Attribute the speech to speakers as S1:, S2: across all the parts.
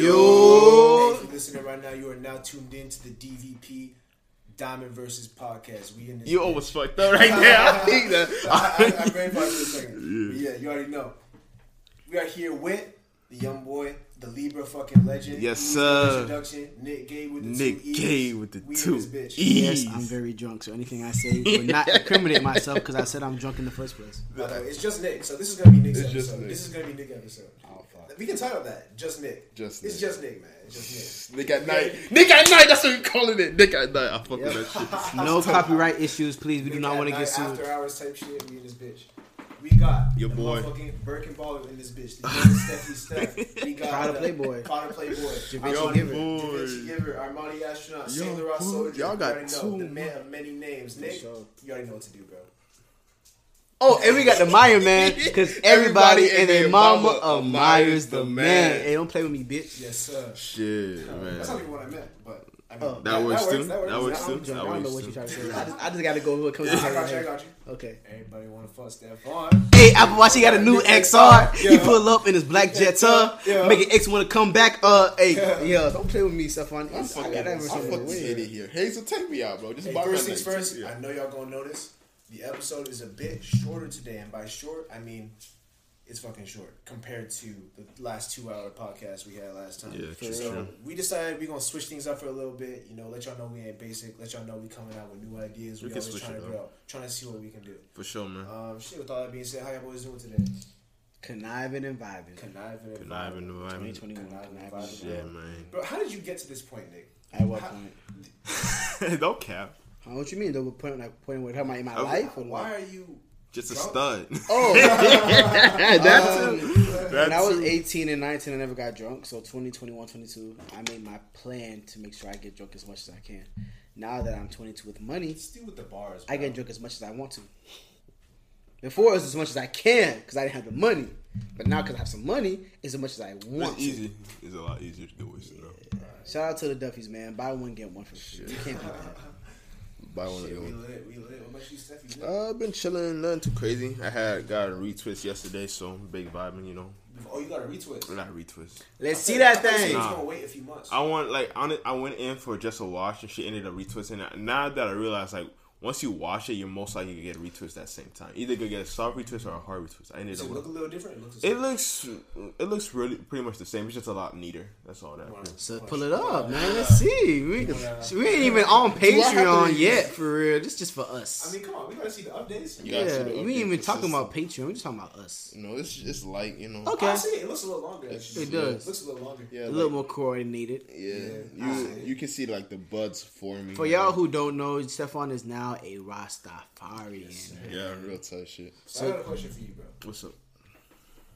S1: Yo! Hey, if you're listening right now, you are now tuned in to the DVP Diamond versus podcast. We in this.
S2: You always fucked up right there. I think that.
S1: I, I, I brainwashed for a second. Yeah. yeah, you already know. We are here with the young boy, the Libra fucking legend.
S2: Yes,
S1: Easy
S2: sir.
S1: Introduction. Nick Gay with the
S2: Nick
S1: two E's.
S2: Gay with the
S1: we in
S2: two
S1: this bitch.
S2: E's.
S3: Yes, I'm very drunk, so anything I say would not incriminate myself because I said I'm drunk in the first place.
S1: By the way, it's just Nick. So this is gonna be Nick's
S2: It's
S1: episode.
S2: just Nick.
S1: This is gonna be Nick episode.
S3: Oh, fuck.
S1: We can title that just Nick.
S2: Just
S1: it's
S2: Nick.
S1: just Nick, man. It's just Nick.
S2: Nick at night. Nick at night. That's what we calling it. Nick at night. I fuck with that shit.
S3: No copyright issues, please. We do
S1: Nick
S3: not
S1: at
S3: want to
S1: night,
S3: get sued.
S1: After hours type shit. We in this bitch. We got
S2: Your
S1: the
S2: boy.
S1: motherfucking Birkenballer in this bitch. The young Steffi Steph. We got
S3: Proud of
S1: the
S3: Playboy.
S1: Proud of Playboy.
S3: Your
S1: Armani-
S3: Giver.
S2: boy.
S1: Da Vinci Giver, Armani astronaut,
S2: Yo,
S1: Saint Laurent
S2: boy,
S1: soldier.
S2: y'all
S1: You
S2: got
S1: already know,
S2: too
S1: The man of many names. Nick,
S3: sure.
S1: you already know what to do, bro.
S3: Oh, and we got the Meyer man because
S2: Everybody
S3: everybody
S2: and
S3: and
S2: their
S3: their mama
S2: mama admires
S3: admires
S2: the
S3: the
S2: man.
S3: man. Hey, don't play with me, bitch.
S1: Yes, sir.
S2: Shit,
S1: That's not
S2: man.
S1: even what I meant, but I mean,
S3: Oh.
S1: that,
S3: That
S2: works too. That
S3: Nah,
S2: works
S3: I'm
S2: too.
S3: drunk.
S2: That
S3: I don't know
S2: works
S3: what you're
S2: too.
S3: trying to say. I just, I just gotta go with what comes to
S1: I got you. I
S3: my
S1: got you.
S3: Okay.
S1: Everybody want to fuck Steph on.
S3: Hey, Apple Watch, he got a new XR. He
S1: Yeah.
S3: pull up in his black Jetta,
S1: Yeah.
S3: making X want to come back. Uh, hey,
S1: Yeah.
S3: yeah. don't play with me, Stefan. I
S2: Fuck
S3: got
S2: it.
S3: that
S2: I'm
S3: verse over
S2: fucking
S3: with.
S2: idiot here. Hazel, take me out, bro. Just
S1: Hey,
S2: borrow
S1: first
S2: that
S1: things
S2: name.
S1: first,
S2: Yeah.
S1: I know y'all gonna notice the episode is a bit shorter today, and by short, I mean it's fucking short compared to the last two hour podcast we had last time.
S2: Yeah, true,
S1: so
S2: true.
S1: we decided we're gonna switch things up for a little bit. You know, let y'all know we ain't basic. Let y'all know we coming out with new ideas. We,
S2: We can
S1: always
S2: switch
S1: trying to
S2: it up.
S1: grow, trying to see what we can do.
S2: For sure, man.
S1: Um, shit. With all that being said, how y'all boys doing today?
S3: Conniving and vibing.
S1: Conniving. and
S2: Conniving, vibing.
S3: 2021 conniving.
S1: Conniving.
S2: Yeah, man.
S1: Bro, how did you get to this point, Nick?
S3: At what point?
S2: Don't cap.
S3: Huh, Uh, what you mean? The point like point where am I in my
S2: Okay.
S3: life? Or
S1: Why
S3: what?
S1: are you?
S2: Just a
S1: Bro.
S2: stud.
S3: Oh, that's
S2: That
S3: when I was
S2: too.
S3: 18 and 19, I never got drunk. So 20, 21, 22, I made my plan to make sure I get drunk as much as I can. Now that I'm 22 with money,
S1: Still with the bars.
S3: I
S1: bro.
S3: get drunk as much as I want to. Before it was as much as I can because I didn't have the money, but now because I have some money, it's as much as I want.
S2: It's
S3: to.
S2: easy. It's a lot easier to do with you know.
S3: Shout out to the Duffys, man. Buy one get one for free. You can't do that.
S2: Buy one of
S1: Shit, we
S2: them.
S1: lit. We lit. What about you, Steph? You lit?
S2: Uh, I've been chilling, nothing too crazy. I had got a retwist yesterday, so I'm big vibing, you know.
S1: Oh, you got a retwist.
S2: Not retwist.
S3: Let's see that
S1: It's
S3: thing.
S2: Nah.
S1: gonna wait a few months.
S2: I want like on it. I went in for just a wash, and she ended up retwisting it. Now that I realize, like once you wash it, you're most likely to get a retwist that same time. Either you get a soft retwist or a hard retwist. I ended
S1: Does
S2: up.
S1: it look a
S2: With,
S1: little different? It looks. the
S2: it
S1: same.
S2: looks, it looks really pretty much the same. It's just a lot neater. That's all that. is.
S3: So pull it up, man. Let's see. We,
S1: Yeah.
S3: can, we ain't even on
S2: I have to
S3: Patreon
S2: use-
S3: yet, for real. This just for us.
S1: I mean, come on. We gotta see the updates.
S2: You
S3: yeah,
S2: gotta see the
S3: we ain't
S2: update
S3: even talking
S2: consistent.
S3: about Patreon. We're just talking about us.
S2: You know, it's it's light. You know.
S3: Okay.
S1: Honestly, it looks a little longer. actually.
S3: It does.
S1: Looks a little longer.
S2: Yeah.
S3: A
S2: like-
S3: little more coordinated.
S2: Yeah,
S1: Yeah.
S2: you
S1: Alright.
S2: you can see like the buds forming.
S3: For y'all who don't know, Stefan is now a Rastafarian.
S2: yeah, real tough shit.
S1: So I got a question for you, bro.
S2: What's up?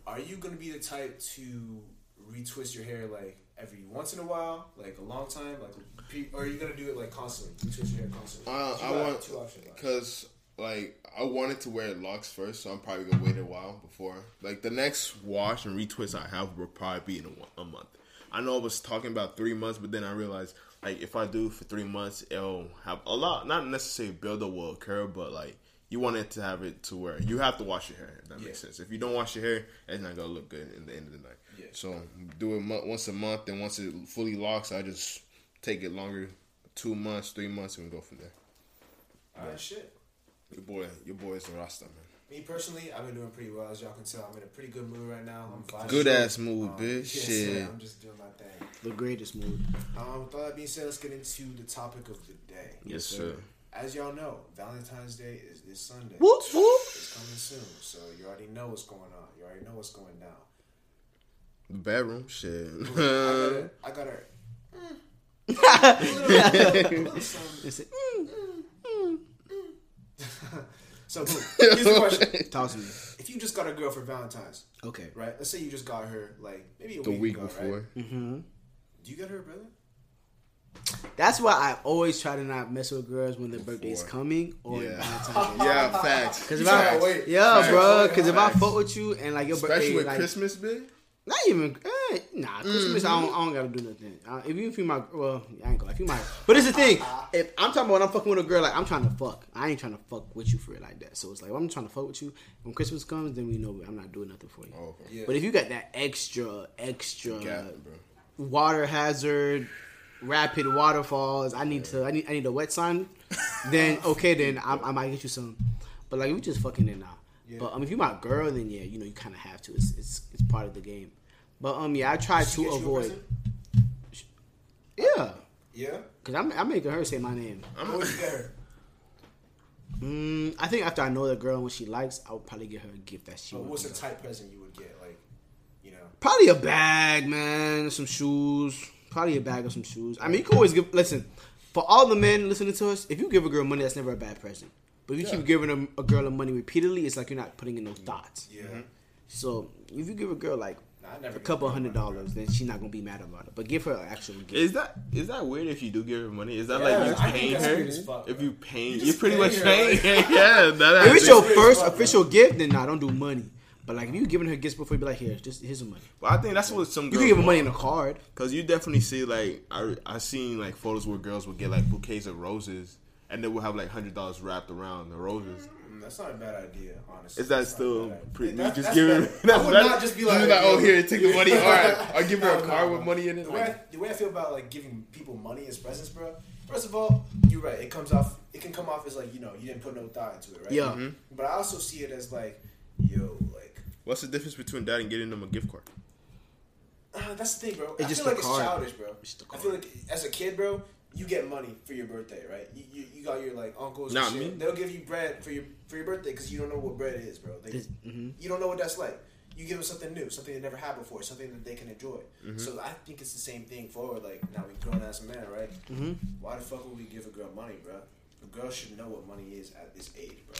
S1: Are you gonna be the type to retwist your hair like every once in a while, like a long time, like, pe- or are you gonna do it like constantly? Retwist your hair constantly.
S2: Uh,
S1: You
S2: I
S1: got
S2: want
S1: two options. bro.
S2: because like I wanted to wear locks first, so I'm probably gonna wait a while before. Like the next wash and retwist I have will probably be in a, one- a month. I know I was talking about three months, but then I realized like if I do for three months, it'll have a lot. Not necessarily build up will occur, but like you want it to have it to where you have to wash your hair. If that
S1: Yeah.
S2: makes sense. If you don't wash your hair, it's not gonna look good in the end of the night.
S1: Yeah.
S2: So do it mo- once a month, and once it fully locks, I just take it longer, two months, three months, and we go from there.
S1: Alright, shit.
S2: Your boy, your boy is a Rasta man.
S1: Me personally, I've been doing pretty well, as y'all can tell. I'm in a pretty good mood right now. I'm vibing.
S2: Good ass move,
S1: Um,
S2: bitch.
S1: yes,
S2: Shit.
S1: man, I'm just doing my thing.
S3: The greatest mood.
S1: Um, with all that being said, let's get into the topic of the day.
S2: Yes, sir.
S1: As y'all know, Valentine's Day is this Sunday.
S3: Whoop, whoop.
S1: It's coming soon, so you already know what's going on. You already know what's going down.
S2: The bedroom, shit. Uh.
S1: I got her. I got her. A little- a little something.
S3: That's it.
S1: so, boom. here's the question:
S3: Talk to me.
S1: If you just got a girl for Valentine's,
S3: Okay.
S1: right? Let's say you just got her like maybe a
S2: the
S1: week,
S2: week
S1: ago, Right?
S2: before.
S1: Do you get her, brother?
S3: That's why I always try to not mess with girls when their birthday's
S2: Before.
S3: coming or
S2: Yeah.
S3: Valentine's Day.
S2: Yeah, facts.
S3: Cause if
S1: You
S3: I,
S1: tryna wait.
S3: yeah,
S2: Facts.
S3: bro. Cause if I
S2: Facts.
S3: fuck with you and like your
S2: Especially
S3: birthday,
S2: with
S3: like
S2: Christmas, bitch.
S3: not even eh, nah Christmas, I, don't, I don't gotta do nothing. Uh, if you if you my well, I ain't gonna. If you my, but it's the thing. If I'm talking about when I'm fucking with a girl, like I'm trying to fuck. I ain't trying to fuck with you for it like that. So it's like I'm trying to fuck with you. When Christmas comes, then we know I'm not doing nothing for you.
S2: Oh, okay.
S1: Yeah.
S2: uh,
S3: But if you got that extra, extra
S2: Gap, bro.
S3: water hazard, rapid waterfalls. I need to. I need. I need a wet sign. then okay, then I, I might get you some. But like we just fucking in now. But um, if you're my girl, then yeah, you know you kind of have to. It's, it's it's part of the game. But um, yeah, I try
S1: She
S3: to
S1: gets you a
S3: avoid.
S1: present?
S3: Yeah,
S1: Yeah.
S3: because I'm I'm making her say my name.
S1: I'm always there.
S3: Mm, I think after I know the girl and what she likes, I would probably get her a gift that she.
S1: But
S3: would
S1: Oh, what's a
S3: love.
S1: type present you would get? Like, you know,
S3: Probably a bag, man. Some shoes. Probably a bag of some shoes. I mean, you can always give. Listen, for all the men listening to us, if you give a girl money, that's never a bad present. But if you
S1: Yeah.
S3: keep giving a, a girl money repeatedly, it's like you're not putting in no thoughts.
S1: yeah.
S2: Mm-hmm.
S3: So if you give a girl like
S1: Nah, I never
S3: a
S1: give
S3: couple
S1: a girl
S3: hundred
S1: money,
S3: dollars, then she's not gonna be mad about it. But give her an actual gift.
S2: Is that is that weird if you do give her money? Is that
S1: Yeah, I
S2: like you
S1: think
S2: paying
S1: that's
S2: her?
S1: weird as fuck,
S2: if
S1: bro.
S2: you paying,
S1: You
S2: you are
S1: just
S2: pretty
S1: pay
S2: much
S1: her,
S2: paying.
S1: like-
S2: yeah, that
S3: if
S2: happens.
S3: it's your
S1: It's
S3: first
S1: fucked up.
S3: official gift, then nah, don't do money. But like if you giving her gifts before, you be like, here, just here's some money.
S2: But I think that's what some
S3: You
S2: girls
S3: can give her
S2: want.
S3: money in a card.
S2: Cause you definitely see like I I seen like photos where girls would get like bouquets of roses and they would have like hundred dollars wrapped around the roses.
S1: Mm, That's not a bad idea, honestly.
S2: Is that
S1: That's not a
S2: still
S1: bad idea.
S2: pretty?
S1: That-
S2: you
S1: that's
S2: just give
S1: better.
S2: her. That's
S1: I would
S2: better.
S1: not just be
S2: You
S1: like,
S2: oh
S1: yo.
S2: here, take the money. All right, I'll give her
S1: No,
S2: a
S1: no,
S2: card
S1: no.
S2: with money in it.
S1: The way, I,
S2: Like,
S1: the way I feel about like giving people money as presents, bro. First of all, you're right. It comes off. It can come off as like you know you didn't put no thought into it, right?
S3: Yeah. Mhm.
S1: But I also see it as like, yo, like
S2: what's the difference between that and getting them a gift card?
S1: uh, that's the thing, bro. I
S3: just
S1: feel like
S3: the
S1: it's
S3: card.
S1: childish, bro.
S3: It's the
S1: I feel
S3: card.
S1: like as a kid, bro, you get money for your birthday, right? You, you, you got your like uncles.
S2: Not
S1: and shit.
S2: me.
S1: They'll give you bread for your for your birthday because you don't know what bread is, bro. They,
S3: It's- mhm.
S1: You don't know what that's like. You give them something new, something they never had before, something that they can enjoy.
S3: Mm-hmm.
S1: So I think it's the same thing forward. Like now we grown ass men, right? Mm-hmm. Why the fuck would we give a girl money, bro? A girl should know what money is at this age, bro.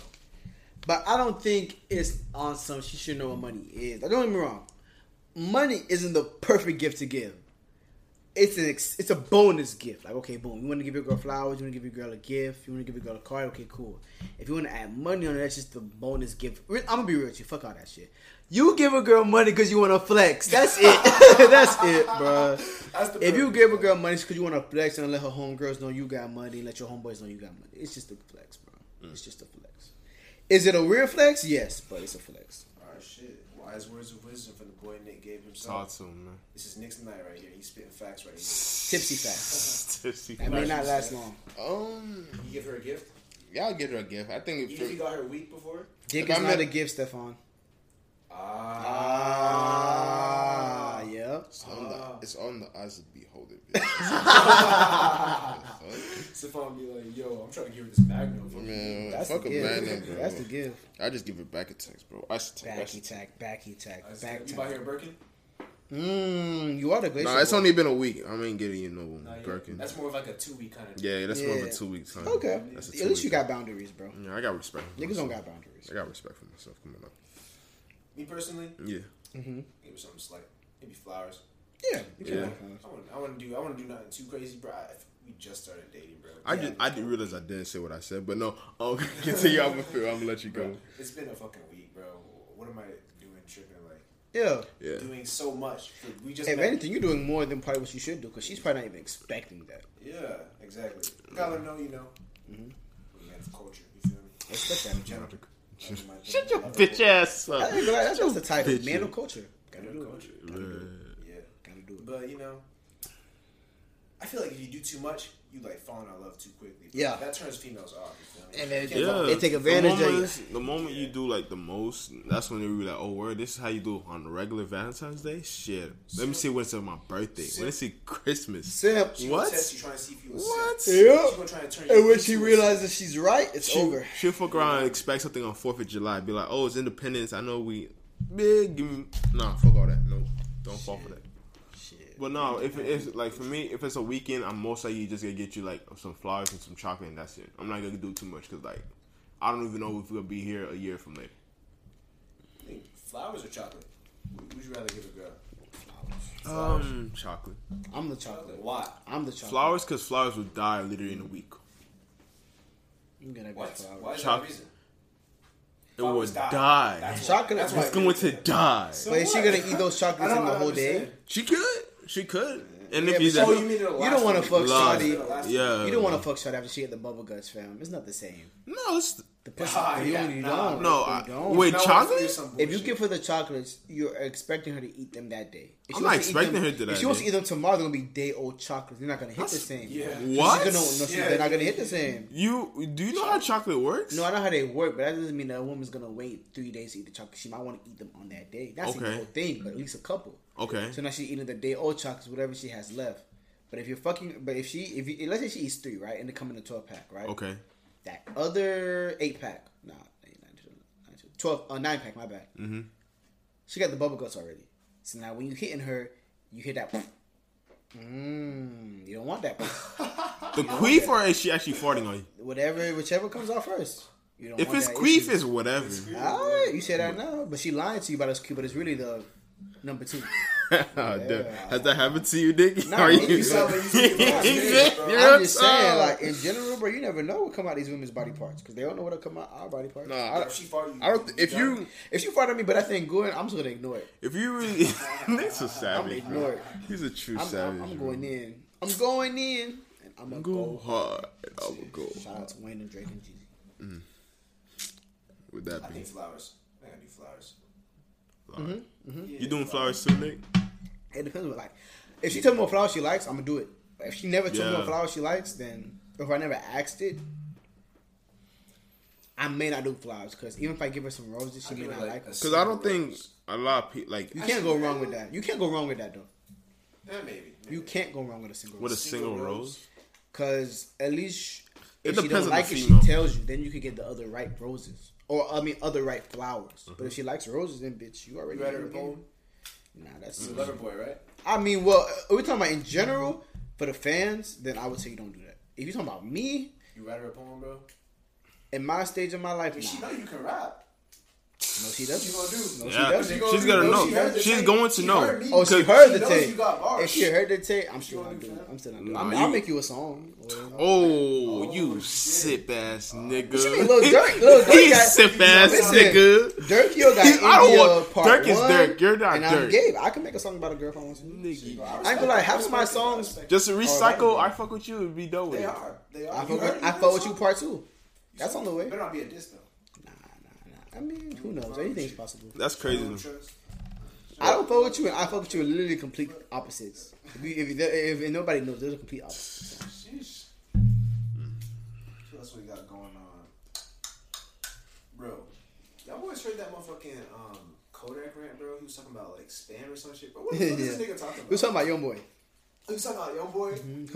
S3: But I don't think it's on some. She should know what money is. Like, don't get me wrong. Money isn't the perfect gift to give. It's an ex- it's a bonus gift. Like okay, boom. You want to give your girl flowers. You want to give your girl a gift. You want to give your girl a card. Okay, cool. If you want to add money on it, that's just the bonus gift. Re- I'm gonna be real with you. Fuck all that shit. You give a girl money because you want to flex. That's it. that's it, bro.
S1: That's the
S3: If you
S1: perfect-
S3: give a girl money, it's because you want to flex and let her homegirls know you got money. Let your homeboys know you got money. It's just a flex, bro.
S2: Mm.
S3: It's just a flex. Is it a weird flex? Yes, but it's a flex.
S1: All right, shit. Wise words of wisdom from the boy Nick gave himself.
S2: Thoughts on man.
S1: This is Nick's night right here. He's spitting facts right here.
S3: Tipsy facts.
S2: Tipsy.
S3: That may not last long.
S2: Um,
S1: You give her a gift.
S2: yeah, I'll get her a gift. I think
S1: Even if you
S2: if
S1: got her a week before.
S3: Dick
S2: If
S3: is
S2: I'm
S3: not
S2: not-
S3: a gift, Stefan.
S1: Ah.
S3: Ah, yeah.
S2: it's on the
S1: Ah.
S2: it's on the eyes of the beholder. bitch. Ah.
S1: Stephon be like, yo, I'm trying to give her this magnum. Fuck you.
S2: Man,
S3: That's
S2: fuck
S3: the
S2: a
S3: gift.
S2: man, bro.
S3: That's the gift.
S2: I just give it back a text, bro. I should text. I
S3: Backy
S2: should text.
S3: tack, backy tack,
S1: I said,
S3: back
S1: You buy her
S3: tack.
S1: a Birkin?
S3: Mmm, you are the greatest.
S2: Nah, it's only been a week. I ain't getting you no
S1: Nah, yeah.
S2: Birkin.
S1: That's more of like a two week kind of
S2: yeah, that's more of
S3: Yeah.
S2: a two week time.
S3: Okay.
S2: That's a
S3: At least
S2: two-week
S3: you got boundaries, bro.
S2: Yeah, I got respect. For
S3: Niggas
S2: myself.
S3: don't got boundaries.
S2: I got respect for myself. Come on, now.
S1: Me personally,
S2: yeah.
S1: give her something slight. Maybe flowers.
S3: Yeah. you can
S2: Yeah.
S3: have boundaries.
S1: I want, I want to do. I want to do nothing too crazy, bro. I, we just started dating, bro.
S2: I did. I did realize I didn't say what I said, but no. Um, continue. I'm gonna, feel, I'm gonna let you go.
S1: Bro, it's been a fucking week, bro. What am I doing? Tripping like
S3: Yeah.
S2: Yeah.
S1: doing so much. for- We just
S3: If
S1: met.
S3: anything, you're doing more than probably what you should do because she's probably not even expecting that.
S1: Yeah, exactly. Gotta know, you know. Mm-hmm. Man of culture, you feel me?
S3: Expect that.
S1: Gentleman. That's my thing.
S2: Shut your
S1: Love
S2: bitch
S1: it.
S2: ass up.
S3: I think that's, that's the title.
S2: Bitch,
S3: Man
S2: yeah.
S3: of culture. Gotta
S1: Man
S3: do
S1: of
S3: it.
S1: culture.
S2: Uh,
S1: Yeah.
S3: Gotta do it.
S1: But you know, I feel like if you do too much, you like fall in love too quickly.
S3: Yeah.
S1: that turns females off. You feel me?
S3: And then-
S1: You can't
S2: Yeah,
S1: fuck-
S3: They take advantage of
S2: the
S3: you.
S2: moment, The moment you do like the most, that's when they be like, "Oh, word, this is how you do it on a regular Valentine's Day." Shit, let me see when it's on my birthday. When it's see Christmas,
S3: Simp.
S1: She gonna
S2: What?
S1: Test you trying to see if you a
S2: What?
S1: simp.
S3: Yeah.
S1: She gonna try to turn you
S3: And when
S1: into
S3: she
S1: a simp.
S3: realizes she's right, it's
S2: she
S3: over.
S2: she'll Oh, fuck around and expect something on Fourth of July. Be like, "Oh, it's Independence. I know we big. Give me nah, fuck all that. No, don't fall for that."
S3: Shit.
S2: But no, if it is like for me, if it's a weekend, I'm most likely just gonna get you like some flowers and some chocolate, and that's it. I'm not gonna do too much because like I don't even know if we're gonna be here a year from later.
S1: I think flowers or chocolate? Wh- Would you rather give a girl
S2: Um, chocolate.
S3: I'm the
S1: chocolate?
S3: chocolate.
S1: Why?
S3: I'm the chocolate.
S2: Flowers, because flowers will die literally in a week.
S3: I'm gonna go
S1: What? Why
S3: flowers.
S1: is that
S2: Chocolate.
S1: a reason?
S2: It will
S1: Flowers die.
S2: die.
S1: That's why-
S3: Chocolate
S1: that's
S3: is
S1: why
S2: It's
S1: I
S2: going
S1: did
S2: to
S1: that.
S2: die.
S1: So
S3: But is she
S1: what?
S3: gonna eat those
S1: I
S3: chocolates in
S1: don't
S3: the whole
S1: understand.
S3: day?
S2: She could. She could. And
S3: Yeah,
S2: if he's
S3: but
S1: Oh,
S3: so
S2: at
S1: you mean it'll
S3: You
S1: last
S3: don't wanna
S1: for
S3: fuck
S1: the last
S3: shawty.
S1: one.
S2: yeah,
S3: You don't want to fuck shot after she had the bubble guts, fam. It's not the same.
S2: No, it's
S3: The pussy.
S1: Ah,
S4: You
S1: yeah,
S4: don't- you
S1: nah.
S4: don't.
S2: No,
S4: You
S2: I,
S4: don't.
S2: wait,
S1: Now, what
S2: chocolate?
S1: If, some
S3: If you
S1: bullshit?
S3: give her the chocolates, you're expecting her to eat them that day. If
S2: I'm
S3: she
S2: not
S3: wants to eat
S2: expecting
S3: them-
S2: her to
S3: If
S2: that
S3: she wants
S2: day.
S3: to eat them tomorrow, they're gonna be day old chocolates. They're not gonna hit the
S2: That's-
S3: same.
S1: yeah.
S2: What?
S3: She's gonna, no, she,
S1: Yeah.
S3: they're not gonna hit the same.
S2: You do you know how chocolate works?
S3: No, I know how they work, but that doesn't mean that a woman's gonna wait three days to eat the chocolate. She might want to eat them on that day. That's the
S2: Okay.
S3: whole thing, but at least a couple.
S2: Okay.
S3: So now she's eating the day old chocolates, whatever she has left. But if you're fucking, but if she, if you, let's say she eats three, right, and they come in a twelve pack, right?
S2: Okay.
S3: That other eight pack, nah, eight, nine, ten, nine, ten, twelve, uh, nine pack. My bad. Mm-hmm. She got the bubble guts already. So now when you hitting her, you hit that. Mmm. You don't want that.
S2: The queef or is she actually farting on you?
S3: whatever, whichever comes out first. You don't
S2: If
S3: want
S2: it's
S3: that
S2: queef,
S3: issue.
S2: it's whatever.
S3: Alright, you say that now, but she lying to you about us cute, but it's really the number two.
S2: Oh, dude. Has that happened to you, Dick?
S3: Nah,
S2: Are
S3: man,
S2: you?
S3: you sound
S1: like you speak about
S2: Is
S1: me,
S2: it?
S1: bro.
S2: You're
S3: I'm just saying,
S2: upset.
S3: like in general, bro, you never know what come out of these women's body parts because they don't know what come out our body parts.
S2: Nah, I,
S1: If she farted,
S2: I don't. If you,
S3: If you fight at me, but that ain't good, I'm just gonna ignore it.
S2: if you really, this is savage. bro.
S3: ignored.
S2: He's a true
S3: I'm,
S2: savage.
S3: I'm, I'm
S2: bro.
S3: going in. I'm going in, and I'm gonna
S2: Go
S3: go.
S2: hard. I will go.
S3: Shout out to Wayne and Drake and Jeezy.
S2: With that
S1: I
S2: being
S1: think flowers. I gotta do flowers.
S2: flowers.
S3: mm-hmm,
S1: Yeah,
S2: You doing flowers too, Nick?
S3: It depends what like. If she tells me what flower she likes, I'm gonna do it. But if she never tells me
S2: Yeah.
S3: what flower she likes, then or if I never asked it, I may not do flowers because even if I give her some roses, she
S1: I'll
S3: may
S1: give
S3: not
S1: her,
S3: like them.
S1: a
S2: Because I don't think
S1: rose.
S2: a lot of people like
S3: You can't go wrong with that. You can't go wrong with that though.
S1: Eh, maybe. maybe.
S3: You can't go wrong with a single
S2: with a
S3: rose.
S2: single
S1: Single
S2: rose.
S3: Because at least if
S2: It
S3: she
S2: depends
S3: don't
S2: on the
S3: like it, she
S2: female.
S3: tells you. Then you could get the other right roses, or I mean other right flowers. But
S2: Mm-hmm.
S3: if she likes roses, then bitch, you already
S1: You read
S3: know
S1: her
S3: the game.
S1: poem?
S3: Nah, that's
S1: It's
S2: Mm-hmm.
S1: a lover boy, right?
S3: I mean, well, are we talking about in general for the fans? Then I would say you don't do that. If you're talking about me
S1: You read her a poem, bro.
S3: in my stage of my life,
S1: Does she
S3: nah.
S1: know you can rap?
S3: no, she
S1: What you
S3: doesn't.
S1: gonna do?
S3: No, she
S2: Yeah,
S3: doesn't.
S2: she's
S1: She gonna
S2: gonna
S1: do-
S2: know.
S1: she heard the
S2: She's
S1: tape.
S2: going to
S1: She
S2: know.
S1: heard me.
S3: Oh, she
S1: She
S3: heard the
S1: knows
S3: tape.
S1: you got bars.
S3: If she heard the tape, I'm still
S1: gonna
S3: not
S1: do
S3: doing it.
S1: that?
S3: I'm still not doing it.
S2: Nah,
S3: I mean, I'll
S2: you-
S3: make you a song. Or-
S2: Oh, you
S1: shit.
S2: sip ass nigga.
S3: What you mean, Lil Durk- Lil Durk
S2: He
S3: got-
S2: sip ass
S3: Listen,
S2: nigga.
S3: Dirk, you got
S2: He's-
S3: India
S2: I don't want-
S3: part
S2: Dirk is
S3: one,
S2: Dirk. You're not
S3: and
S2: Dirk.
S3: I'm Gabe. I can make a song about a girl if I want to.
S2: Nigga.
S3: I ain't gonna lie, half of my songs.
S2: Just to
S3: Oh,
S2: recycle.
S3: right.
S2: I fuck with you and be done with
S1: They
S2: it.
S1: are. They are.
S3: I
S1: You
S3: fuck
S1: heard it,
S3: with, I
S1: you
S3: fuck
S1: heard
S3: with you
S1: it.
S3: part two. That's on the way.
S1: Better not be a diss though.
S3: I mean, who knows? Anything's possible.
S2: That's
S1: You
S2: crazy.
S1: don't trust.
S3: I don't fuck with you, and I fuck with you. Are literally complete opposites. If, you, if, you- if, if nobody knows, they're the complete opposites.
S1: Sheesh. What else we got going on? Bro, y'all always heard that motherfucking um, Kodak rant, bro? He was talking about like spam or some shit. Bro, what the fuck is this
S3: Yeah.
S1: nigga talking
S3: We're
S1: about?
S3: talking about young boy.
S1: He was talking about Young Boy?
S3: When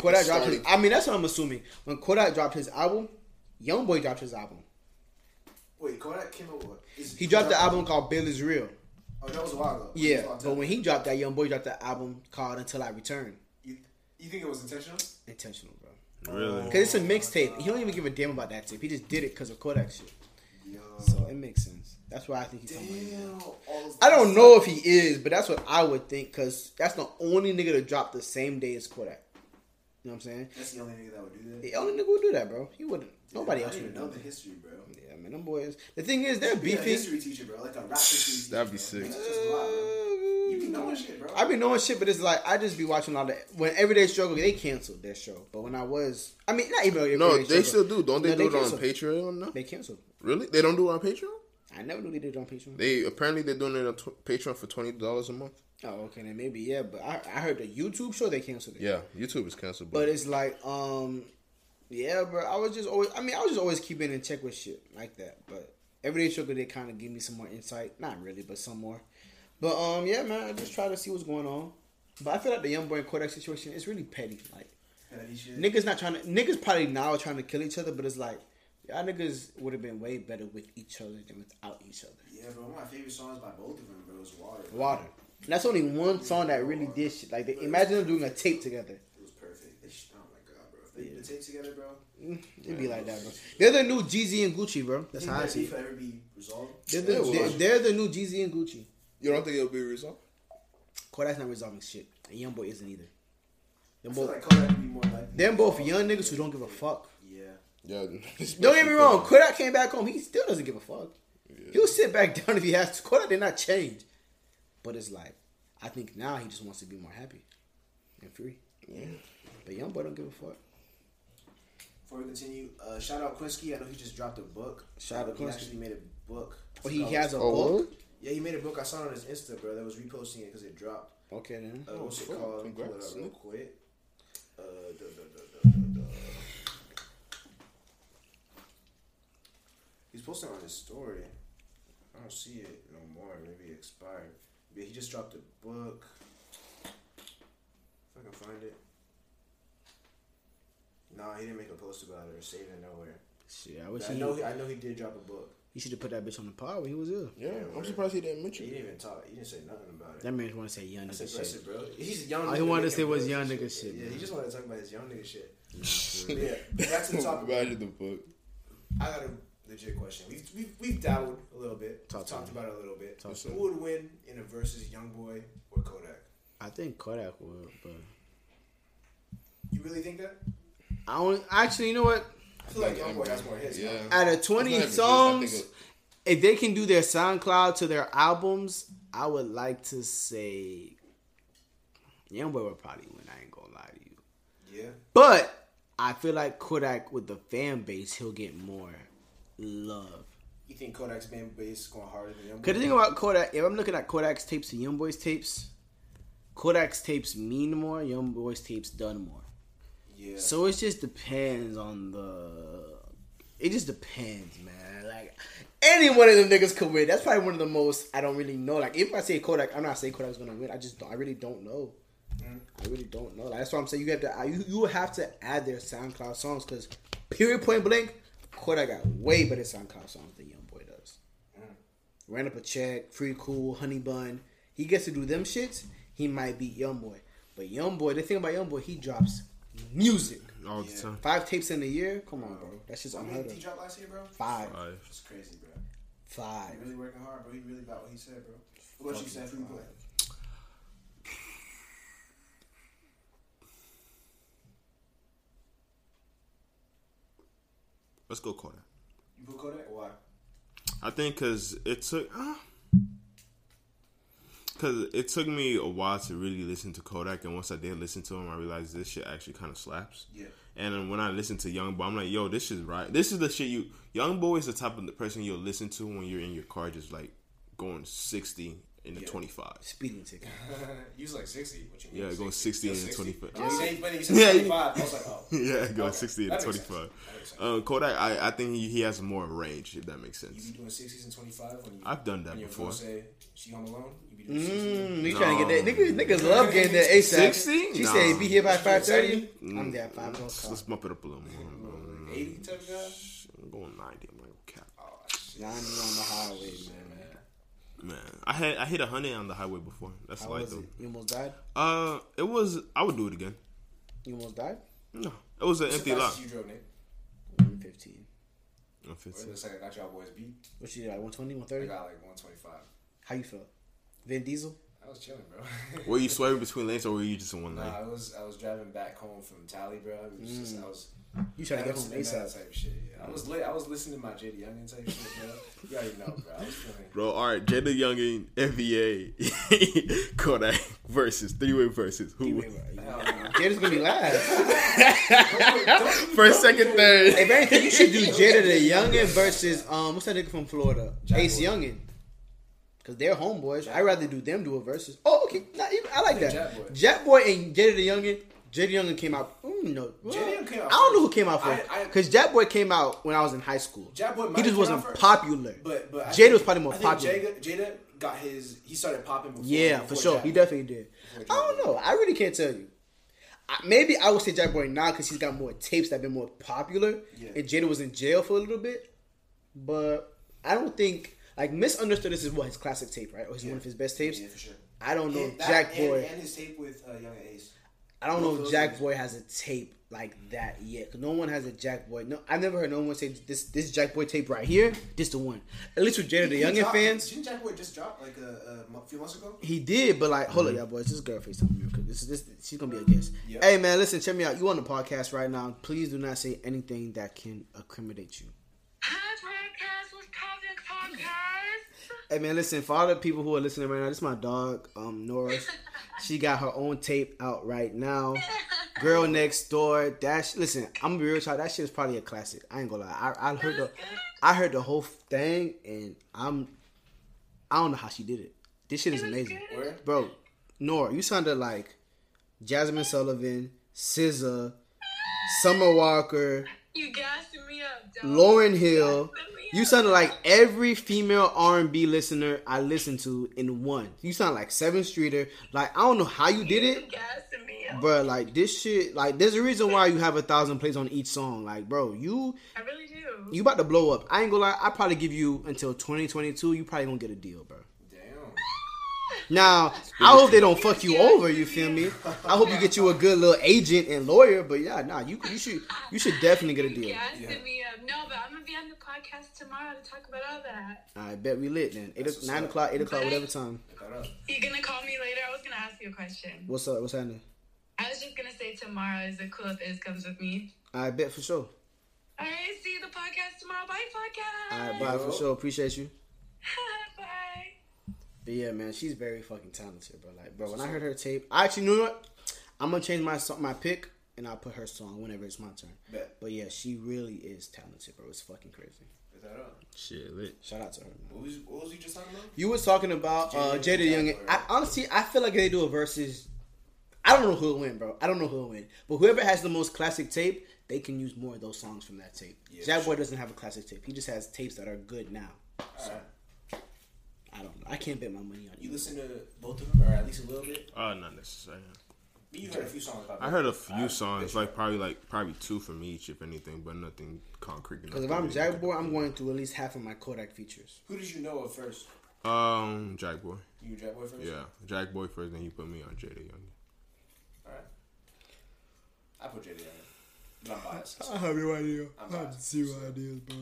S3: Kodak dropped his, I mean, that's what I'm assuming. When Kodak dropped his album, Young Boy dropped his album.
S1: Wait, Kodak came out with. is-
S3: He dropped the album called Bill Is Real.
S1: Oh, that was a while ago.
S3: Yeah,
S1: That was a
S3: but
S1: long time.
S3: when he dropped that, Young Boy dropped the album called Until I Return.
S1: You, you think it was intentional?
S3: Intentional, bro.
S2: Really.
S3: Because it's a mixtape. He don't even give a damn about that tape. He just did it because of Kodak shit.
S1: Yo.
S3: So it makes sense. That's why I think he's talking about it.
S1: Damn. all those-
S3: I don't know if he is, but that's what I would think because that's the only nigga to drop the same day as Kodak. You know what I'm saying?
S1: That's the only nigga that would do that.
S3: The only nigga would do that, bro. He wouldn't. Nobody
S1: I
S3: else
S1: don't
S3: would
S1: even
S3: know
S1: know the
S3: that.
S1: history, bro.
S3: Yeah, man, them boys. The thing is, they're
S1: Be a
S3: beefing.
S1: history teacher, bro. Like a rap history teacher.
S2: That'd be
S1: bro.
S2: sick.
S1: That's just a lot, bro. You be knowing shit, bro.
S3: I be Uh, knowing shit, but it's like I just be watching all that. When Everyday Struggle, they canceled their show. But when I was, I mean, not even.
S2: No,
S3: Everyday
S2: they
S3: Struggle.
S2: still do. Don't they
S3: No,
S2: do it on
S3: canceled.
S2: Patreon now?
S3: They canceled.
S2: Really? They don't do it on Patreon?
S3: I never knew they did it on Patreon.
S2: They apparently they're doing it on t- Patreon for twenty dollars a month.
S3: oh, okay, then maybe yeah. But I, I heard the YouTube show they canceled it.
S2: Yeah, YouTube is canceled.
S3: But it's like, um, yeah, bro. I was just always. I mean, I was just always keeping in check with shit like that. But everyday sugar did kind of give me some more insight. Not really, but some more. But um, yeah, man. I just try to see what's going on. But I feel like the young boy and Kodak situation is really petty. Like
S1: Petty shit.
S3: niggas not trying to. Niggas probably now are trying to kill each other. But it's like, y'all niggas would have been way better with each other than without each other.
S1: Yeah, bro. One of my favorite songs by both of them, bro, is Water. bro.
S3: Water. And that's only one song that really did shit. Like, they, imagine them doing a tape together.
S1: It was perfect. They sh- oh my god, bro. If they did the tape together, bro.
S3: It'd be like that, bro. They're the new Jeezy and Gucci, bro. That's how I
S1: Did
S3: see
S1: beef
S3: it.
S1: ever be resolved?
S3: They're the,
S2: Yeah,
S3: they're,
S2: well,
S3: they're the new Jeezy and Gucci.
S2: you don't think it'll be resolved?
S3: Kodak's not resolving shit. And Young Boy isn't either. Them
S1: I feel
S3: both,
S1: like Kodak would be more like
S3: them both young niggas who don't give a fuck.
S1: Yeah.
S2: Yeah.
S3: Don't get me wrong. Kodak came back home. He still doesn't give a fuck. He'll sit back down if he has to. Kodak did not change. But it's like, I think now he just wants to be more happy and free. Yeah. But Young Boy don't give a fuck.
S1: Before we continue, uh, shout out Quinsky. I know he just dropped a book.
S5: Shout out
S1: He
S5: Quinsky.
S1: actually made a book.
S5: Oh, he has a
S6: Oh,
S5: book.
S1: Yeah, he made a book. I saw it on his Insta, bro. That was reposting it because it dropped.
S5: Okay then.
S1: Uh,
S3: Oh,
S1: what's it
S2: cool.
S1: called? Pull it
S2: Congrats,
S1: up real
S2: Nick.
S1: quick. Uh, duh, duh, duh, duh, duh, duh. He's posting on his story. I don't see it no more. Maybe it expired. But he just dropped a book. If I can find it. Nah, he didn't make a post about it or save it nowhere.
S3: Shit, I
S1: But
S3: wish
S1: I
S3: he,
S1: know. He, I know he did drop a book.
S3: he should have put that bitch on the pod when he was ill.
S2: Yeah, I'm
S1: word.
S2: surprised he didn't mention
S1: He
S2: it.
S1: didn't even talk. He didn't say nothing about it.
S3: That man just want to say young
S1: I
S3: nigga
S1: said, bro, I
S3: shit.
S1: said, bro, he's a young.
S3: All he
S1: nigga
S3: wanted to
S1: making
S3: say was
S1: books
S3: young
S1: and
S3: nigga shit,
S1: Yeah,
S3: man.
S1: he just wanted to talk about his young nigga shit. But yeah, back to the topic.
S2: Imagine the book.
S1: I got a legit question. We've we've, we've dabbled a little bit.
S3: Talk
S1: we've
S3: to
S1: talked
S3: me.
S1: about it a little bit.
S3: Talk to
S1: Who would win in a versus Young Boy or Kodak?
S3: I think Kodak would, but
S1: You really think that?
S3: I don't. Actually, you know what?
S1: I feel like Young Boy has more hits.
S2: Yeah.
S3: Out of
S2: It's
S3: twenty
S2: not even
S3: songs,
S2: his, I think
S3: if they can do their SoundCloud to their albums, I would like to say Youngboy would probably win. I ain't gonna lie to you,
S1: Yeah.
S3: but I feel like Kodak with the fan base, he'll get more love.
S1: You think Kodak's fan base is going harder than Young Boy?
S3: Cause the thing about Kodak, if I'm looking at Kodak's tapes and Youngboy's tapes, Kodak's tapes mean more. Youngboy's tapes done more.
S1: yeah.
S3: So it just depends on the. It just depends, man. Like any one of them niggas could win. That's probably one of the most I don't really know. Like if I say Kodak, I'm not saying Kodak's gonna win. I just don't, I really don't know. I really don't know. Like, that's what I'm saying. You have to you you have to add their SoundCloud songs because period point blank, Kodak got way better SoundCloud songs than YoungBoy does. Ran up a check, free cool, honey bun. He gets to do them shits. He might beat YoungBoy, but YoungBoy, the thing about YoungBoy, he drops music.
S2: it- all
S1: Yeah.
S2: the time.
S3: Five tapes in a year? Come on, bro. That's just
S1: How many
S3: unheard
S1: did he
S3: of.
S1: drop last year, bro?
S3: Five.
S2: Five.
S1: It's crazy, bro.
S3: Five.
S1: He really working hard, bro. He really about what he said, bro. What about you, Seth? Who you put?
S2: Let's go Kodak.
S1: You put Kodak? Why?
S2: I think because it took. Because it took me a while to really listen to Kodak, and once I did listen to him, I realized this shit actually kind of slaps.
S1: Yeah.
S2: And then when I listen to Young Boy, I'm like, yo, this is right. This is the shit you. Young Boy is the type of the person you'll listen to when you're in your car, just like going 60 into
S1: Yeah.
S2: 25.
S3: Speeding ticket.
S1: you was like 60. What you mean?
S2: Yeah, it goes 60 and 25.
S1: Yeah. You said, but you said
S2: Yeah.
S1: 25. I was like, oh.
S2: yeah, it goes
S1: Okay.
S2: 60
S1: That
S2: into
S1: makes sense.
S2: 25.
S1: That makes sense.
S2: Uh, Kodak, I, I think he, he has more range, if that makes
S1: You
S2: sense.
S1: be doing 60s and 25 when you.
S2: I've done that
S1: when your
S2: before.
S1: girl say she home alone. You be doing 60s.
S3: Mm, you trying to get that? Niggas, niggas love getting that ASAP.
S2: 60?
S3: She
S2: Nah.
S3: said be here by five thirty. I'm there at five
S2: Mm, Let's,
S3: o'clock.
S2: let's bump it up a little more. bro.
S1: 80 type of guy?
S2: I'm going 90. I'm like, cap.
S1: Oh, shit.
S3: Y'all ain't even on the highway, man.
S1: man.
S2: Man, I had I hit a hundred on the highway before. That's
S3: How
S2: light
S3: was
S2: though.
S3: it? You almost died.
S2: Uh, it was. I would do it again.
S3: You almost died.
S2: No, it was an
S1: What's the
S2: empty lot.
S1: fastest You drove, Nick.
S3: One fifteen.
S2: I'm 15.
S1: It looks like I got y'all boys beat.
S3: What you did? Like one twenty, one
S1: I
S3: thirty.
S1: got like 125.
S3: How you feel? Vin Diesel.
S1: I was chilling, bro.
S2: Were you swerving between lanes or were you just in one lane?
S1: nah, I was I was driving back home from Tally, bro. It was just, I was
S3: You trying to Mm.
S1: I
S3: get
S1: was
S3: home
S1: in that
S3: ASAP?
S1: type of shit. Yeah. I was lit. I was listening to my JD Youngin type shit, bro. You already know, bro. I was feeling.
S2: Bro, all right, Jada Youngin, NBA, Kodak versus three way versus who?
S3: Wait,
S2: win?
S3: wait.
S1: Hell no.
S3: Jada's gonna be last.
S2: First, second, third.
S3: if anything, you should do Jada the Youngin versus um, what's that nigga from Florida?
S1: Jack
S3: Ace
S1: Boy.
S3: Youngin. Cause they're homeboys. I'd rather do them do a versus. Oh, okay. Not even, I like that.
S1: Jack Boy.
S3: Jet Boy and Jada the Youngin. Jada the Youngin came out. Mm, no, well,
S1: Youngin came out
S3: I don't know who
S1: first.
S3: came out
S1: I-
S3: first.
S1: I-
S3: Cause Jet Boy came out when I was in high school.
S1: Jack Boy might
S3: he
S1: have
S3: just
S1: came
S3: wasn't
S1: out first.
S3: popular.
S1: But but I
S3: Jada
S1: think-
S3: was probably more
S1: I think
S3: popular.
S1: Jada, Jada got his. He started popping before.
S3: yeah,
S1: before
S3: for sure.
S1: Jack.
S3: He definitely did. I
S1: Before Jack
S3: don't know. I really can't tell you. I, maybe I would say Jack Boy now because he's got more tapes that have been more popular.
S1: Yeah.
S3: And Jada was in jail for a little bit. But I don't think like misunderstood this is what his classic tape, right? Or his one of his best tapes.
S1: Yeah, for sure.
S3: I don't know
S1: And that-
S3: Jack
S1: and-
S3: Boy.
S1: and, his tape with uh, Young and Ace.
S3: I don't know
S1: Both
S3: if
S1: of
S3: Jack
S1: those.
S3: Boy has a tape like that yet. 'cause no one has a Jack Boy. No, I've never heard no one say this. This Jack Boy tape right here. This the one. At least with Jada the
S1: He
S3: Youngin
S1: dropped-
S3: fans.
S1: Didn't Jack Boy just drop like a, a mo- few months ago?
S3: He did, but like, hold up, y'all boys. This girl FaceTime me. This is this. She's gonna be a guest.
S1: Yeah.
S3: Hey, man, listen, check me out. You on the podcast right now? Please do not say anything that can incriminate you.
S7: Hi, podcast with Cosmic Podcast.
S3: Hey, man, listen. For all the people who are listening right now, this is my dog, um, Norris. she got her own tape out right now. Girl Next Door. That sh- listen, I'm gonna be real, child. That shit is probably a classic. I ain't gonna lie. I, I heard the, I heard the whole thing, and I'm, I don't know how she did it. This shit is amazing,
S1: Where?
S3: bro. Nora, you sounded like Jasmine Sullivan, SZA, Summer Walker,
S7: You gassing me up, dog.
S3: Lauren Hill.
S7: Gassing me
S3: You
S7: up.
S3: sounded like every female R and B listener I listened to in one. You sound like Seven Streeter. Like I don't know how you did
S7: You
S3: it,
S7: gassing me up.
S3: but like this shit. Like there's a reason why you have a thousand plays on each song. Like bro, you
S7: I really do.
S3: you about to blow up. I ain't gonna lie. I probably give you until 2022. You probably gonna get a deal, bro.
S1: Damn.
S3: Now I hope they don't fuck you over. You feel me? I hope you get you a good little agent and lawyer. But yeah, nah, you you should you should definitely get a
S7: You
S3: deal.
S7: gassing
S1: Yeah.
S7: me up. No, but I'm gonna be on the podcast tomorrow to talk about all that.
S3: I bet we lit then. Eight,
S1: That's what's
S3: nine
S1: up.
S3: o'clock, eight o'clock, whatever time.
S1: Look that up.
S7: You gonna call me later? I was gonna ask you a question.
S3: What's up? What's happening?
S7: I was just gonna say tomorrow is it cool if Iz comes with me.
S3: I bet for sure.
S7: All right, see you the podcast tomorrow. Bye,
S3: All
S7: podcast.
S3: right, bye for
S1: Yo.
S3: sure. Appreciate you.
S7: bye.
S3: But yeah, man, she's very fucking talented, bro. Like, bro, when I heard her tape, I actually you know what. I'm gonna change my so- my pick and I'll put her song whenever it's my turn.
S1: Bet.
S3: But yeah, she really is talented, bro. It's fucking crazy.
S1: Look that up.
S2: Shit, lit.
S3: Shout out to her. Man.
S1: What was, what was you just talking about?
S3: You was talking about uh,
S1: Jada
S3: Jada Young.
S1: Young or-
S3: I honestly, I feel like they do a versus. I don't know who'll win, bro. I don't know who'll win. But whoever has the most classic tape, they can use more of those songs from that tape.
S1: Yeah,
S3: that
S1: for
S3: boy doesn't have a classic tape. He just has tapes that are good now. So
S1: Alright.
S3: I don't know. I can't bet my money on
S1: You
S3: you.
S1: listen to both of them, or at least a little bit.
S2: Oh, not necessarily.
S1: You heard a few songs. about
S2: I heard a
S1: I-
S2: few songs, like probably like probably two from each, if anything, but nothing concrete.
S3: Because if I'm Jaguar, I'm going through at least half of my Kodak features.
S1: Who did you know of first?
S2: um Jack Boy.
S1: You were Jack Boy first.
S2: Yeah, Jack Boy first, then you put me on Jada Young.
S1: All right. I put JD on it, but I'm biased.
S3: I have no idea.
S1: I have zero
S3: ideas, bro.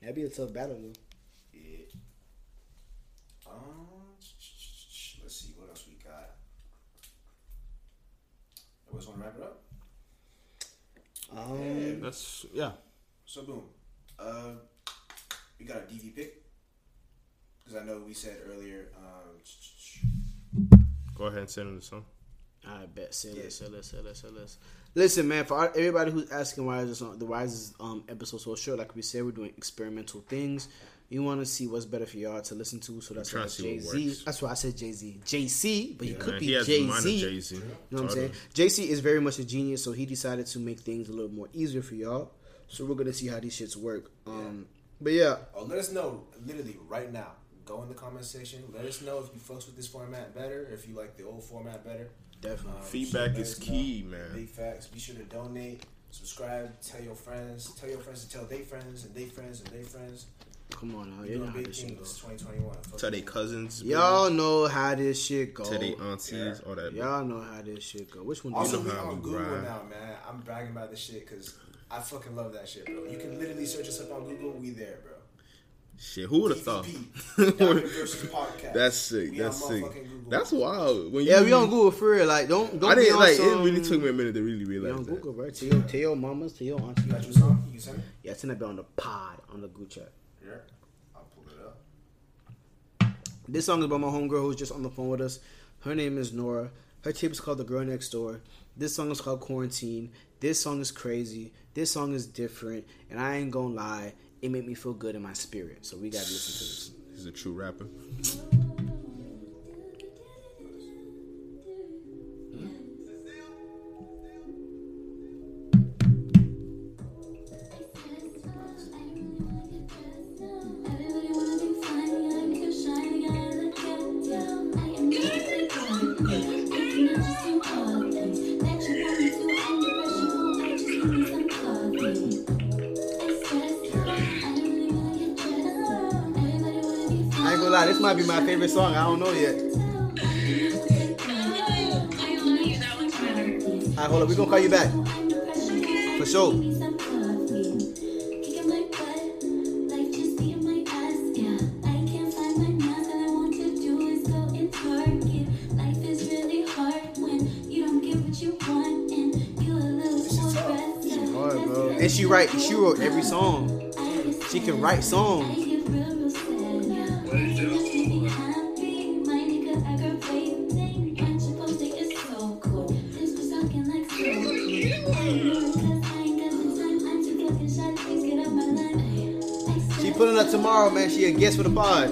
S3: That'd be a tough battle, though.
S1: Yeah. Um, let's see what else we got. Everyone's want to wrap it up.
S3: Um,
S2: That's yeah.
S1: So boom, uh, we got a DV pick because I know we said earlier. Um,
S2: Go ahead and send him the song.
S3: I bet. Say
S1: Yeah.
S3: this, say this, say this, say this. Listen, man, for our- everybody who's asking why is this on, the why is this um, episode so short, like we said, we're doing experimental things. You want to see what's better for y'all to listen to, so that's
S2: trying
S3: why
S2: to see
S3: Jay
S2: what
S3: Z.
S2: works.
S3: That's why I said Jay Z, JC, but you could
S2: Man,
S3: be Jay Z.
S2: Jay Z.
S3: You know what I'm saying? JC is very much a genius, so he decided to make things a little more easier for y'all. So we're gonna see how these shits work. Um, but yeah,
S1: oh, let us know literally right now. Go in the comment section. Let us know if you fucks with this format better, if you like the old format better.
S3: definitely.
S2: Feedback
S1: Um, let
S2: is
S1: us know.
S2: key, man.
S1: Big facts. Be sure to donate, subscribe, tell your friends, tell your friends to tell their friends, and their friends, and their friends.
S3: Come on, now,
S1: We're
S3: you know
S1: doing
S3: how
S1: big
S3: this shit
S1: things.
S3: goes.
S1: 2021. Fuck
S2: To their
S1: you.
S2: cousins.
S3: Y'all know how this shit goes.
S2: To their aunties. All that.
S3: Y'all know how this shit go. Which one? do
S1: Also,
S2: know
S1: we
S2: how
S1: on
S2: we
S1: Google
S2: grind.
S1: now, man. I'm bragging about this shit because I fucking love that shit, bro. You can literally search us up on Google. We there, bro.
S2: Shit, who would have thought?
S1: DVP, Doctor versus podcast.
S2: That's sick.
S1: We on
S2: that's sick.
S1: motherfucking Google.
S2: That's wild. When
S3: Yeah, we on Google for real. Like, don't don't
S2: Mm. I
S3: be
S2: didn't
S3: on
S2: like.
S3: some-
S2: It really took me a minute to really
S3: Be on
S2: realize
S3: Google,
S2: that.
S3: bro. To your, to your mamas, to your aunties.
S1: You got your song? You can send it?
S3: Yeah, it's gonna be on the pod on the group chat.
S1: Yeah. I'll pull it up.
S3: This song is by my homegirl who's just on the phone with us. Her name is Nora. Her tape is called The Girl Next Door. This song is called Quarantine. This song is crazy. This song is different. And I ain't gonna lie, it made me feel good in my spirit. So we gotta listen to this.
S2: He's a true rapper.
S3: I ain't gonna lie, this might be my favorite song. I don't know yet.
S7: I love you. That one's better.
S3: Alright, hold up, we gonna call you back. For sure. Hard, bro. And she write she wrote every song. She can write songs.
S6: Happy, my nigga, I got waiting. Bunch of folks think it's so cool. This was talking like
S3: pulling up tomorrow, man. She a guest for the pod.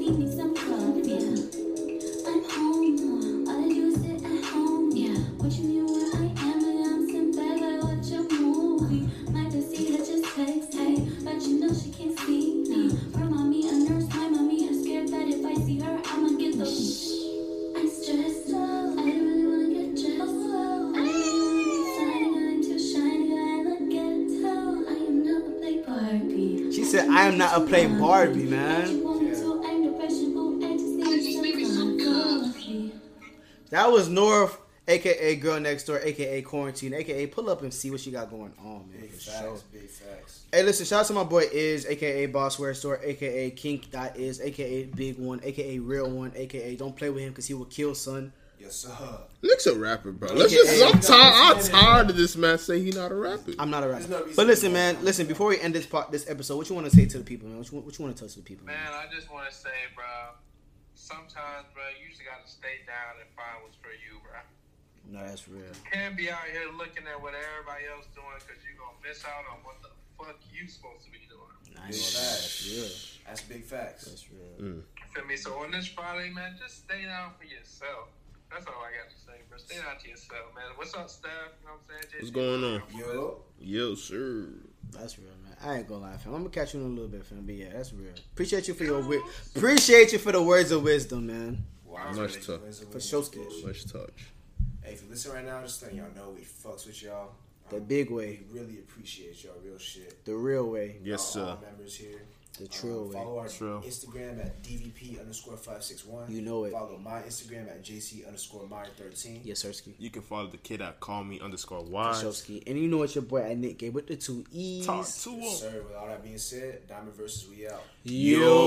S6: Yeah. I'm home. All I do is sit at home. Yeah. Watching you where I am, and I'm in bed. I watch a movie. My pussy that just text, hey, but you know she can't see me. Her mommy a nurse, my mommy is scared that if I see her, I'ma get the. I'm stressed out. I don't really wanna get dressed. I don't really wanna be fine. I'm too shiny. I look ghetto. I am not a play Barbie.
S3: She said, I am not a play Barbie, man. That was North, aka Girl Next Door, aka Quarantine, aka Pull Up and See What She Got Going On, man.
S1: Big
S3: For
S1: facts,
S3: sure.
S1: big facts.
S3: Hey, listen, shout out to my boy Is, aka Boss Wear Store, aka Kink.is, aka Big One, aka Real One, aka Don't Play With Him Because He Will Kill Son.
S1: Yes, sir.
S2: Nick's a rapper, bro. Let's
S3: Okay,
S2: just.
S3: hey,
S2: I'm
S1: no,
S2: tired. I'm
S1: it's-
S2: tired of this man saying he not a rapper.
S3: I'm not a rapper.
S1: There's no reason
S3: but listen,
S1: to-
S3: man, listen, before we end this part, this episode, what you want to say to the people, man? What you, what you want to tell to the people?
S8: Man, I just want to say, bro, sometimes, bro, you just got to stay down and find what's for you, bro.
S3: No, that's real.
S8: Can't be out here looking at what everybody else doing because you're going to miss out on what the fuck you supposed to be doing.
S3: Nice.
S1: Big facts.
S3: Yeah,
S1: That's big facts.
S3: that's real.
S8: You feel me? So on this Friday, man, just stay down for yourself. That's all I got to say, bro. Stay down to yourself, man. What's up, staff? You know what I'm saying?
S2: What's going on?
S1: Yo,
S2: Yo, sir.
S3: That's real, man. I ain't gonna lie, fam. I'm gonna catch you in a little bit, fam. But yeah, that's real. Appreciate you for your wi- appreciate you for the words of wisdom, man.
S1: wow.
S2: Much tough.
S3: For show skills.
S2: Much touch.
S1: Hey, if you listen right now, just letting y'all know we fucks with y'all.
S3: The
S1: Um,
S3: big
S1: We
S3: way,
S1: really appreciate y'all real shit.
S3: the real way,
S2: Yes,
S1: all,
S2: sir.
S1: All members here.
S3: the true
S1: Um,
S3: way.
S1: follow our
S2: True.
S1: Instagram at DVP underscore 561.
S3: You know it.
S1: Follow my Instagram at JC underscore Meyer 13.
S3: Yes, Sirski.
S2: You can follow the kid at call me underscore
S3: Showski. And you know what your boy at Nick gave with the two E's.
S2: Talk to him.
S1: Sir, with all that being said, Diamond versus we out.
S3: Yo.